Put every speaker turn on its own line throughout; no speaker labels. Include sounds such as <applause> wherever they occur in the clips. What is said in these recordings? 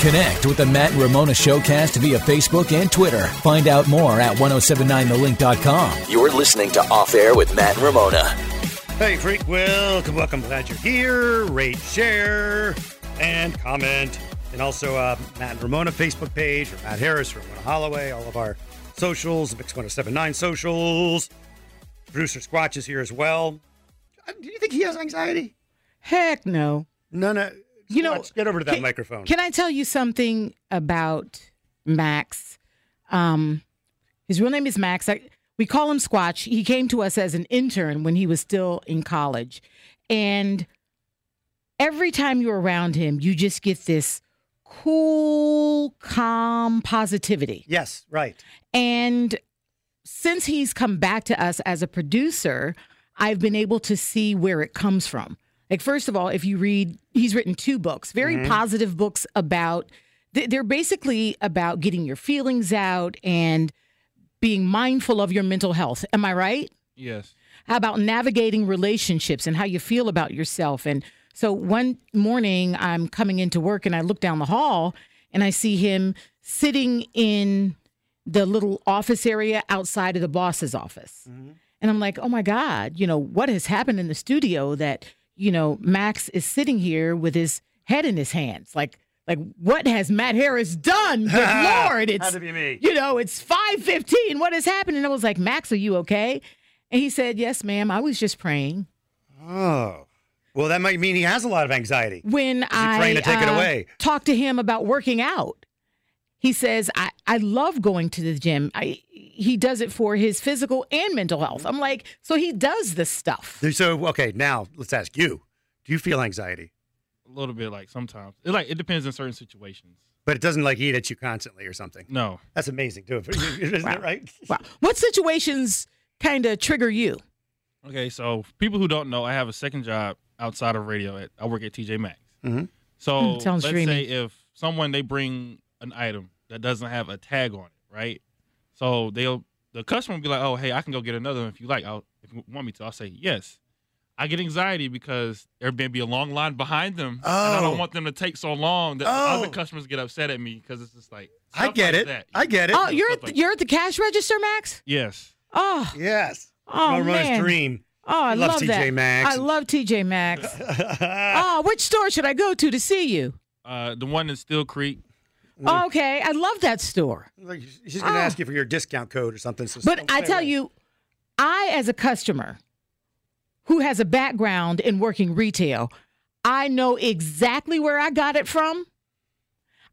Connect with the Matt and Ramona Showcast via Facebook and Twitter. Find out more at 1079thelink.com.
You're listening to Off Air with Matt and Ramona.
Hey, freak, welcome, welcome. Glad you're here. Rate, share, and comment. And also, uh, Matt and Ramona Facebook page, or Matt Harris, or Ramona Holloway, all of our socials, Mix 1079 socials. Producer Squatch is here as well. Uh, Do you think he has anxiety?
Heck no.
No, no.
You know,
Squatch, get over to that
can-
microphone.
Can I tell you something about Max? Um, his real name is Max. I, we call him Squatch. He came to us as an intern when he was still in college. And every time you're around him, you just get this cool, calm positivity.
yes, right.
And since he's come back to us as a producer, I've been able to see where it comes from. Like, first of all, if you read, he's written two books, very positive books about, th- they're basically about getting your feelings out and being mindful of your mental health. Am I right?
Yes.
How about navigating relationships and how you feel about yourself? And so one morning I'm coming into work and I look down the hall and I see him sitting in the little office area outside of the boss's office.
Mm-hmm.
And I'm like, oh my God, you know, what has happened in the studio that, you know, Max is sitting here with his head in his hands? Like, like what has Matt
<laughs>
Harris done? Good Lord, it's
Had to be me.
you know, it's 5:15. What has happened? And I was like, "Max, are you okay?" And he said, "Yes, ma'am. I was just praying."
Oh. Well, that might mean he has a lot of anxiety.
When I
praying to take it
uh,
away?
talked to him about working out, he says, "I I love going to the gym. I he does it for his physical and mental health." I'm like, "So he does this stuff."
So, okay, now let's ask you. Do you feel anxiety?
A little bit like sometimes. It like it depends in certain situations.
But it doesn't like eat at you constantly or something.
No.
That's amazing, too. <laughs> Isn't
Wow.
it right?
Wow. What situations kind of trigger you?
Okay, so people who don't know, I have a second job outside of radio. At, I work at TJ Maxx.
Mhm.
So
Mm, sounds
let's say
dreamy.
if someone they bring an item that doesn't have a tag on it, right? So they'll the customer will be like, "Oh, hey, I can go get another one if you like. I'll, if you want me to, I'll say yes." I get anxiety because there may be a long line behind them, and I
Oh.
don't want them to take so long that
Oh.
other customers get upset at me because it's just like
I
stuff
get
like
it.
that.
I get it.
Oh, you're
stuff
at
like
the, you're at the cash register, Max.
yes.
Oh,
Yes.
Oh,
Romona's
man.
dream.
oh, I
Love
love
TJ
that.
Maxx.
I love
<laughs>
TJ Maxx. oh, which store should I go to to see you?
Uh, the one in Steel Creek.
okay, I love that store.
Like, She's going to
Oh.
ask you for your discount code or something. So
But
don't
I
say
tell
away.
you, I as a customer who has a background in working retail, I know exactly where I got it from.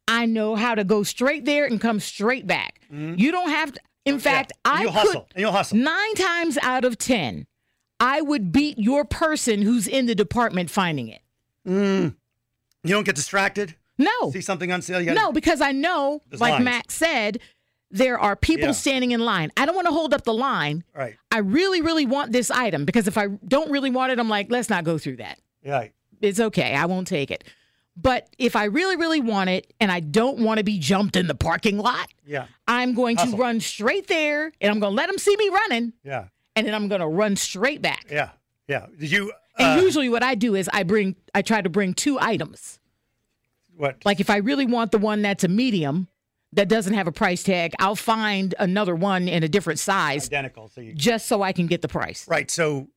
I know how to go straight there and come straight back. You don't have to. In fact,
Mm-hmm. And
I
you'll
could
hustle. And you'll hustle.
nine times out of ten, I would beat your person who's in the department finding it.
You don't get distracted.
No,
See something on sale. You gotta,
No, because I know,
There's
like
lines.
Max said, there are people
Yeah.
standing in line. I don't want to hold up the line.
All right.
I really, really want this item because if I don't really want it, I'm like, let's not go through that.
Yeah.
It's okay. I won't take it. But if I really, really want it and I don't want to be jumped in the parking lot,
Yeah.
I'm going
Hustle.
to run straight there and I'm going to let them see me running
Yeah.
and then I'm going to run straight back.
Yeah. Yeah. Did you?
And
uh,
usually what I do is I bring, I try to bring two items.
what?
Like if I really want the one that's a medium that doesn't have a price tag, I'll find another one in a different size
identical. So you.
just so I can get the price.
Right. So.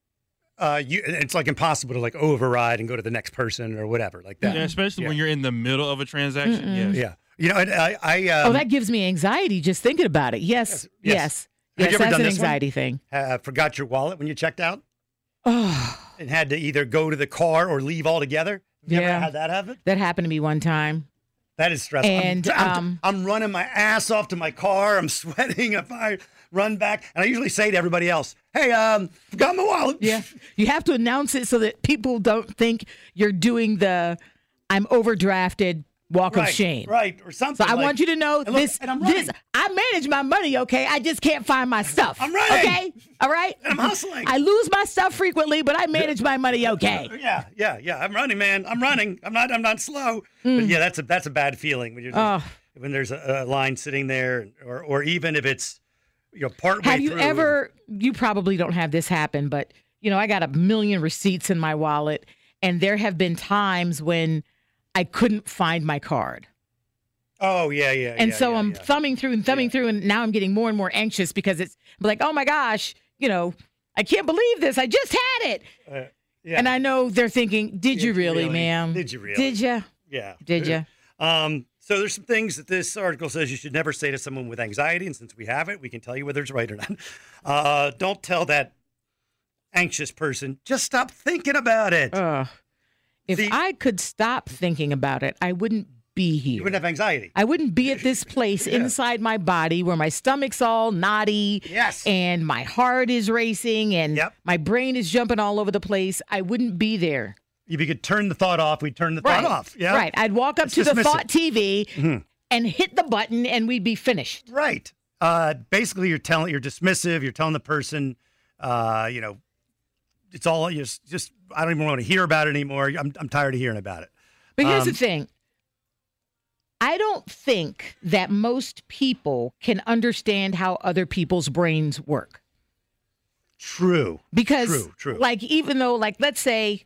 Uh, you, it's like impossible to like override and go to the next person or whatever like that.
Yeah, especially when
Yeah.
you're in the middle of a transaction. Yes.
Yeah, you know, and I, I
oh,
um,
that gives me anxiety just thinking about it. Yes.
Yes.
Yes.
Have
Yes,
you ever
that's
done
an
this one?
anxiety thing.
uh, forgot your wallet when you checked
<sighs>
out
Oh,
and had to either go to the car or leave altogether. You ever
Yeah.
had that happen?
that happened to me one time.
That is stressful. I'm-
And,
I'm,
um,
I'm running my ass off to my car. I'm <laughs> sweating. If I run back, and I usually say to everybody else, "Hey, um, got my wallet."
Yeah. you have to announce it so that people don't think you're doing the I'm overdrafted walk
<laughs> right,
of shame.
right, or something.
So I
like-
want you to know
and look,
this.
And I'm running.
this I manage my money, okay? I just can't find my stuff.
I'm running.
Okay, all right.
And I'm hustling.
I lose my stuff frequently, but I manage my money, okay?
Yeah, yeah, yeah. I'm running, man. I'm running. I'm not. I'm not slow.
Mm.
But yeah, that's a that's a bad feeling when you're
Oh.
when there's a, a line sitting there, or or even if it's you know part way
Have you
through.
ever? You probably don't have this happen, but you know, I got a million receipts in my wallet, and there have been times when I couldn't find my card.
Oh yeah, yeah.
And
yeah,
so
yeah,
I'm
yeah.
thumbing through and thumbing through, and now I'm getting more and more anxious because it's like, oh my gosh, you know, I can't believe this. I just had it.
Uh, yeah.
And I know they're thinking, did,
Did
you
you
really,
really?
ma'am?
Did you really?"
Did you?
yeah.
Did you?
Um, so there's some things that this article says you should never say to someone with anxiety, and since we have it, we can tell you whether it's right or not. <laughs> Uh, don't tell that anxious person. Just stop thinking about it.
Ugh. If
See-
I could stop thinking about it, I wouldn't be
you
here.
wouldn't have anxiety.
I wouldn't be at
<laughs>
this place inside my body where my stomach's all knotty
Yes.
and my heart is racing and
Yep.
my brain is jumping all over the place. I wouldn't be there.
If you could turn the thought off, we'd turn the
Right.
thought off. Yeah.
Right. I'd walk up
Let's
to the
dismiss
thought
it.
TV
Mm-hmm.
and hit the button and we'd be finished.
Right. Uh, basically, you're telling, you're dismissive. You're telling the person, uh, you know, it's all you just, just. I don't even want to hear about it anymore. I'm, I'm tired of hearing about it.
But here's the
Um,
thing. I don't think that most people can understand how other people's brains work.
True.
Because
True, true.
like even though like let's say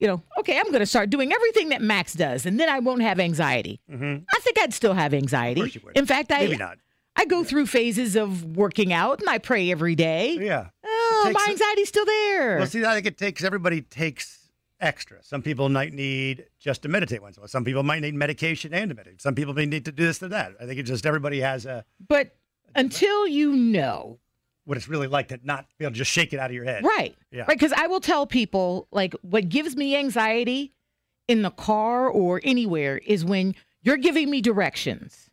you know, okay, I'm going to start doing everything that Max does and then I won't have anxiety. I think I'd still have anxiety.
Mm-hmm. course you would.
In fact, I
Maybe not.
I go through phases of working out and I pray every day.
Yeah.
Oh,
It takes-
my anxiety's still there.
Well, see, I think it takes everybody takes extra. Some people might need just to meditate once in a while. Some people might need medication and to meditate. Some people may need to do this to that. I think it just everybody has a
But until you know,
what it's really like to not be able to just shake it out of your head.
right?
Yeah.
Right. Because I will tell people like what gives me anxiety in the car or anywhere is when you're giving me directions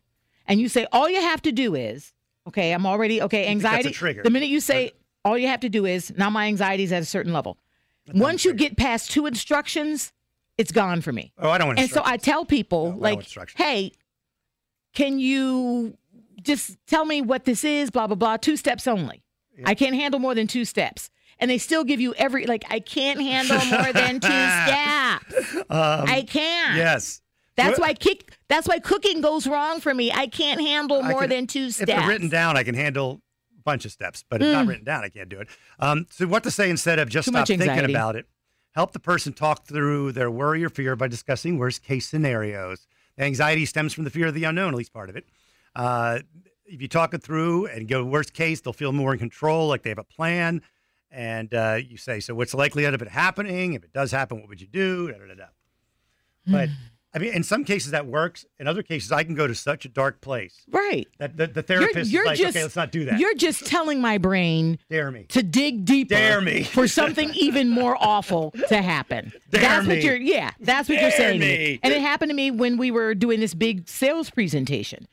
and you say all you have to do is okay. I'm already okay.
think that's a
Anxiety.
trigger.
The minute you say all you have to do is now my anxiety's at a certain level. Once you get past two instructions, it's gone for me.
Oh, I don't want to.
And so I tell people,
No, no
like,
instructions.
hey, can you just tell me what this is? Blah, blah, blah. Two steps only. I can't handle more than two steps. And they still give you every, like, I can't handle more than two
<laughs>
steps. I can't.
Yes.
That's
Um, Well,
why kick. That's why cooking goes wrong for me. I can't handle
I
more
can-
than two
If
steps. Hmm.
they're written down, I can handle a bunch of steps, but if not written down, I can't do it. Um, so what to say instead of just
Too
stop
much
thinking
anxiety.
about it? Help the person talk through their worry or fear by discussing worst case scenarios. The anxiety stems from the fear of the unknown, at least part of it. Uh, if you talk it through and go worst case, they'll feel more in control, like they have a plan. And uh, you say, so what's the likelihood of it happening? If it does happen, what would you do? Da, da, da, da.
Hmm.
But I mean, in some cases that works. In other cases, I can go to such a dark place
right.
that the, the
You're-
therapist is
you're
like,
just-
okay, let's not do that.
You're just telling my brain
Dare me.
to dig deeper
Dare me.
for
<laughs>
something even more awful to happen.
Dare
that's
me.
what you're yeah, that's what you're
Dare
saying. to me.
me.
And it happened to me when we were doing this big sales presentation.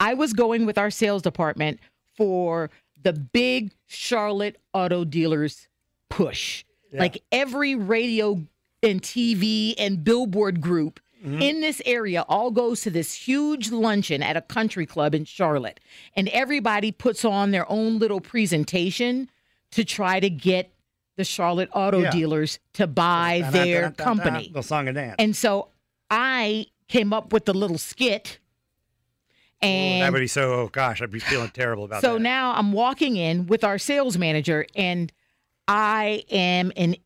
I was going with our sales department for the big Charlotte auto dealers push. Like every radio and TV and billboard group
Mm-hmm.
in this area all goes to this huge luncheon at a country club in Charlotte. And everybody puts on their own little presentation to try to get the Charlotte auto
Yeah.
dealers to buy their
Dun-dun-dun-dun-dun.
company.
Little song and dance.
And so I came up with the little skit.
Ooh, that
And
would be so. Oh gosh, I'd be feeling terrible about
so
that.
now I'm walking in with our sales manager, and I am in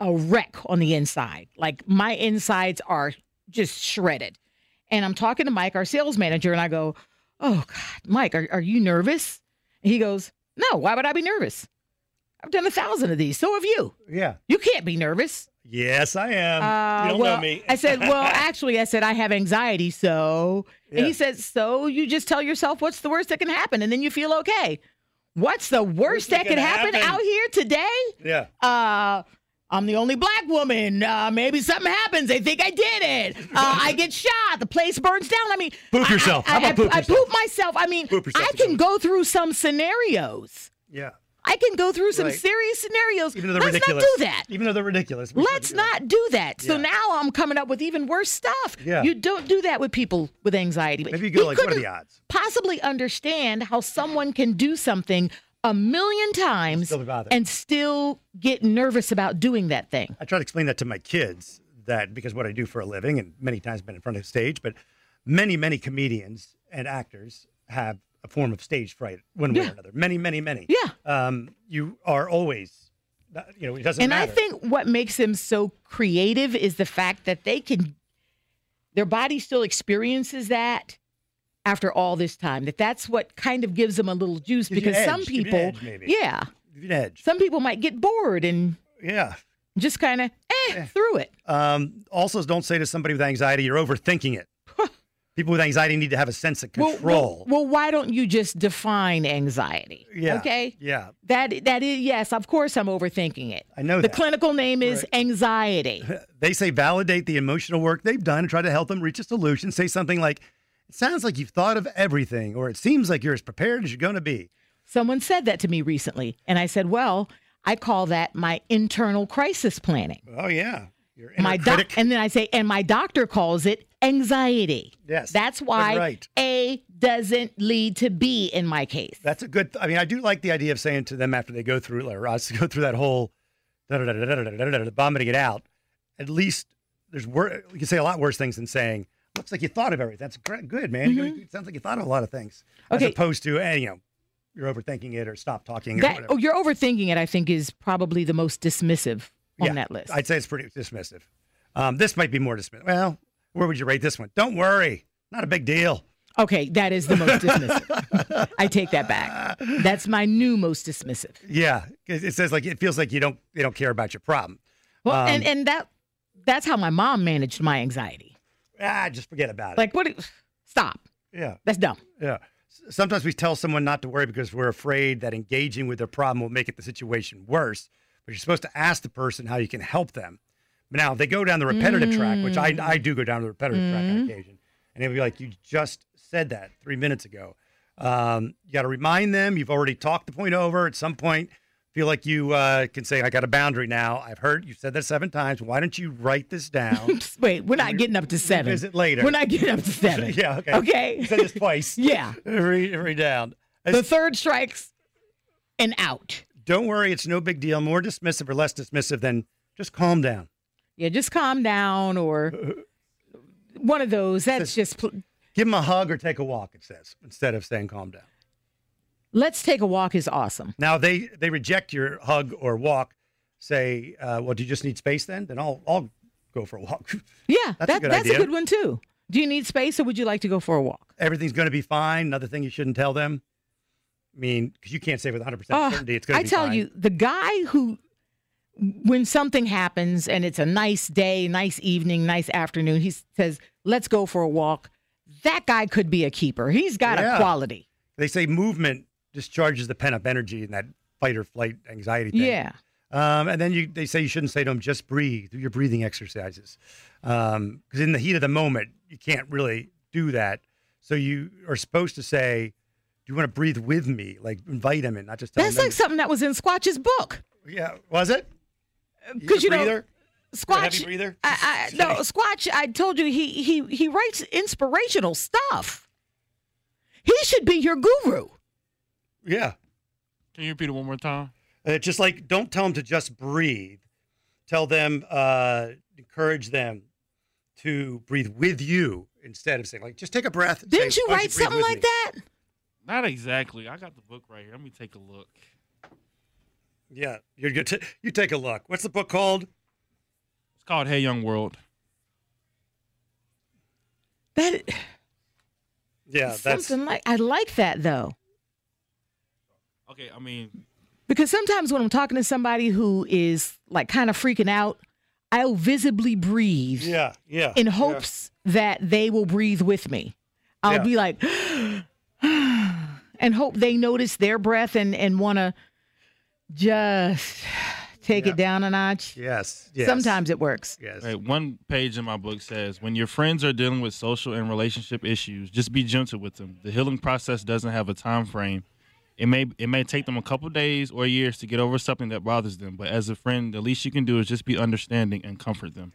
a wreck on the inside. Like my insides are just shredded. And I'm talking to Mike, our sales manager, and I go, Oh God, Mike, are, are you nervous? And he goes, No, why would I be nervous? I've done a thousand of these. So have you.
yeah.
You can't be nervous.
Yes, I am. you don't
Uh, well,
know me.
I
<laughs>
said, well, actually, I said I have anxiety, so. And
Yeah.
he said, so you just tell yourself what's the worst that can happen, and then you feel okay. What's the worst, that can happen, out here today?
yeah.
Uh, I'm the only black woman. Uh, maybe something happens. They think I did it. Uh, I
<laughs>
get shot. The place burns down. I mean,
Poop
I- I-
yourself.
I,
How about
I-
poop
I
yourself?
myself. I mean,
Poop yourself
I
to
can go through some scenarios.
Yeah.
I can go through some
Right.
serious scenarios.
Even though they're
Let's
ridiculous.
not do that.
Even though they're ridiculous. we shouldn't
Let's
do that.
not do that. So
Yeah.
now I'm coming up with even worse stuff.
Yeah.
You don't do that with people with anxiety.
Maybe you go
He
like, what are
couldn't
the odds?
Possibly understand how someone can do something a million times
Still be bothered.
and still get nervous about doing that thing.
I try to explain that to my kids that because what I do for a living and many times been in front of stage, but many, many comedians and actors have a form of stage fright one way or
Yeah.
another. Many, many, many.
Yeah.
Um, you are always, not- you know, it doesn't
And
matter.
I think what makes them so creative is the fact that they can, their body still experiences that after all this time. That that's what kind of gives them a little juice
Gives you
because
edge,
some
give you
people,
edge, maybe.
yeah,
Give you an edge.
some people might get bored and
yeah.
just kind of eh, through it.
Um, also, don't say to somebody with anxiety, you're overthinking
<laughs>
it. people with anxiety need to have a sense of
Well,
control.
well, well, why don't you just define anxiety?
yeah.
Okay.
Yeah.
That that is yes. Of course, I'm overthinking it.
I know
the
that.
clinical name is
<laughs>
anxiety.
They say validate the emotional work they've done and try to help them reach a solution. Say something like, it sounds like you've thought of everything, or it seems like you're as prepared as you're going to be.
Someone said that to me recently, and I said, "Well, I call that my internal crisis planning."
Oh, yeah. Your inner
My doc,
critic.
and then I say, and my doctor calls it anxiety.
Yes,
that's
you're
why
right.
A doesn't lead to B in my case.
That's a good, I mean, I do like the idea of saying to them after they go through, or us go through that whole da-da-da-da-da-da-da-da-da, vomiting it out, at least there's, wor- you can say a lot worse things than saying, looks like you thought of everything. That's great, good, man. You're gonna- It sounds like you thought of a lot of things.
Mm-hmm. Okay.
As opposed to, hey, you know, you're overthinking it or stop talking or
That
whatever.
oh, you're overthinking it. I think is probably the most dismissive on that list.
I'd say it's pretty dismissive. Um, this might be more dismissive. Well, where would you rate this one? Don't worry, not a big deal.
Okay, that is the most dismissive. I take that back. That's my new most dismissive.
Yeah, 'cause it says like it feels like you don't they don't care about your problem.
Well,
Um,
and and that that's how my mom managed my anxiety.
Ah, just forget about it.
Like what? do- Stop.
yeah,
That's dumb.
yeah. S- Sometimes we tell someone not to worry because we're afraid that engaging with their problem will make it the situation worse. But you're supposed to ask the person how you can help them. Now, if they go down the repetitive track, which I,
Mm.
I do go down the repetitive track on occasion, and they'll be like, You just said that three minutes ago. Um, you got to remind them you've already talked the point over. At some point, feel like you uh, can say, I got a boundary now. I've heard you said that seven times. Why don't you write this
<laughs>
down?
Just Wait, we're not getting up to seven.
revisit later.
We're not getting up to seven.
<laughs> yeah, okay. You said
Okay.
this twice.
<laughs> Yeah.
Every, every down.
The third strikes and out.
Don't worry, it's no big deal. More dismissive or less dismissive than just calm down.
Yeah, just calm down or one of those. That's just. pl-
Give them a hug or take a walk, it says, instead of saying calm down.
Let's take a walk is awesome.
Now they they reject your hug or walk. Say, uh, well, do you just need space then? Then I'll I'll go for a walk. <laughs>
Yeah,
That's a
that-
good
that's
idea.
a good one too. Do you need space or would you like to go for a walk?
Everything's going to be fine. Another thing you shouldn't tell them. I mean, because you can't say with 100
Oh,
percent certainty it's going to
I
be
tell
fine.
you, the guy who, when something happens and it's a nice day, nice evening, nice afternoon, he says, "Let's go for a walk." That guy could be a keeper. He's got
Yeah.
a quality.
They say movement discharges the pent up energy and that fight or flight anxiety thing.
Yeah.
Um, and then you, they say you shouldn't say to them, just breathe, do your breathing exercises. Because in the heat of the moment, you can't really do that. So you are supposed to say, do you want to breathe with me? Like invite them in, not just tell
That's
them.
like something that was in Squatch's book.
yeah, was it?
Because Uh, you know,
breather? a heavy
Squatch.
breather?
I,
<laughs>
I, no, Squatch. I told you he he he writes inspirational stuff. He should be your guru.
Yeah.
Can you repeat it one more time?
Uh, just like don't tell them to just breathe. Tell them, uh, encourage them to breathe with you instead of saying like just take a breath.
Didn't
Say,
you
"Why don't breathe
write something
with
like
me?"
that?
Not exactly. I got the book right here. Let me take a look.
Yeah, you're good. to- you take a look. What's the book called?
It's called Hey Young World.
That
Yeah, Uh, that's
something like I like that though.
Okay, I mean,
Because sometimes when I'm talking to somebody who is like kind of freaking out, I'll visibly breathe
yeah, yeah.
in hopes that they will breathe with me. I'll
Yeah.
be like, and hope they notice their breath and and want to just take it down a notch.
Yes, yes.
Sometimes it works.
Yes.
Right, one page in my book says, when your friends are dealing with social and relationship issues, just be gentle with them. The healing process doesn't have a time frame. It may it may take them a couple days or years to get over something that bothers them, but as a friend, the least you can do is just be understanding and comfort them.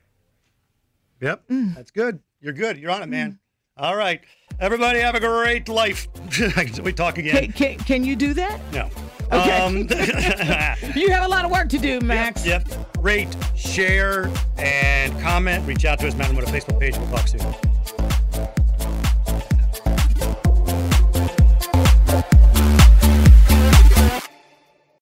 Yep.
Mm.
That's good. You're good. You're on it, man. All right. Everybody have a great life. <laughs> Until we talk
Can,
again.
can, can you do that?
No.
Okay. <laughs>
Um, <laughs>
You have a lot of work to do, Max.
Yep. Rate, share, and comment. Reach out to us, Madam Motor Facebook page. We'll talk soon.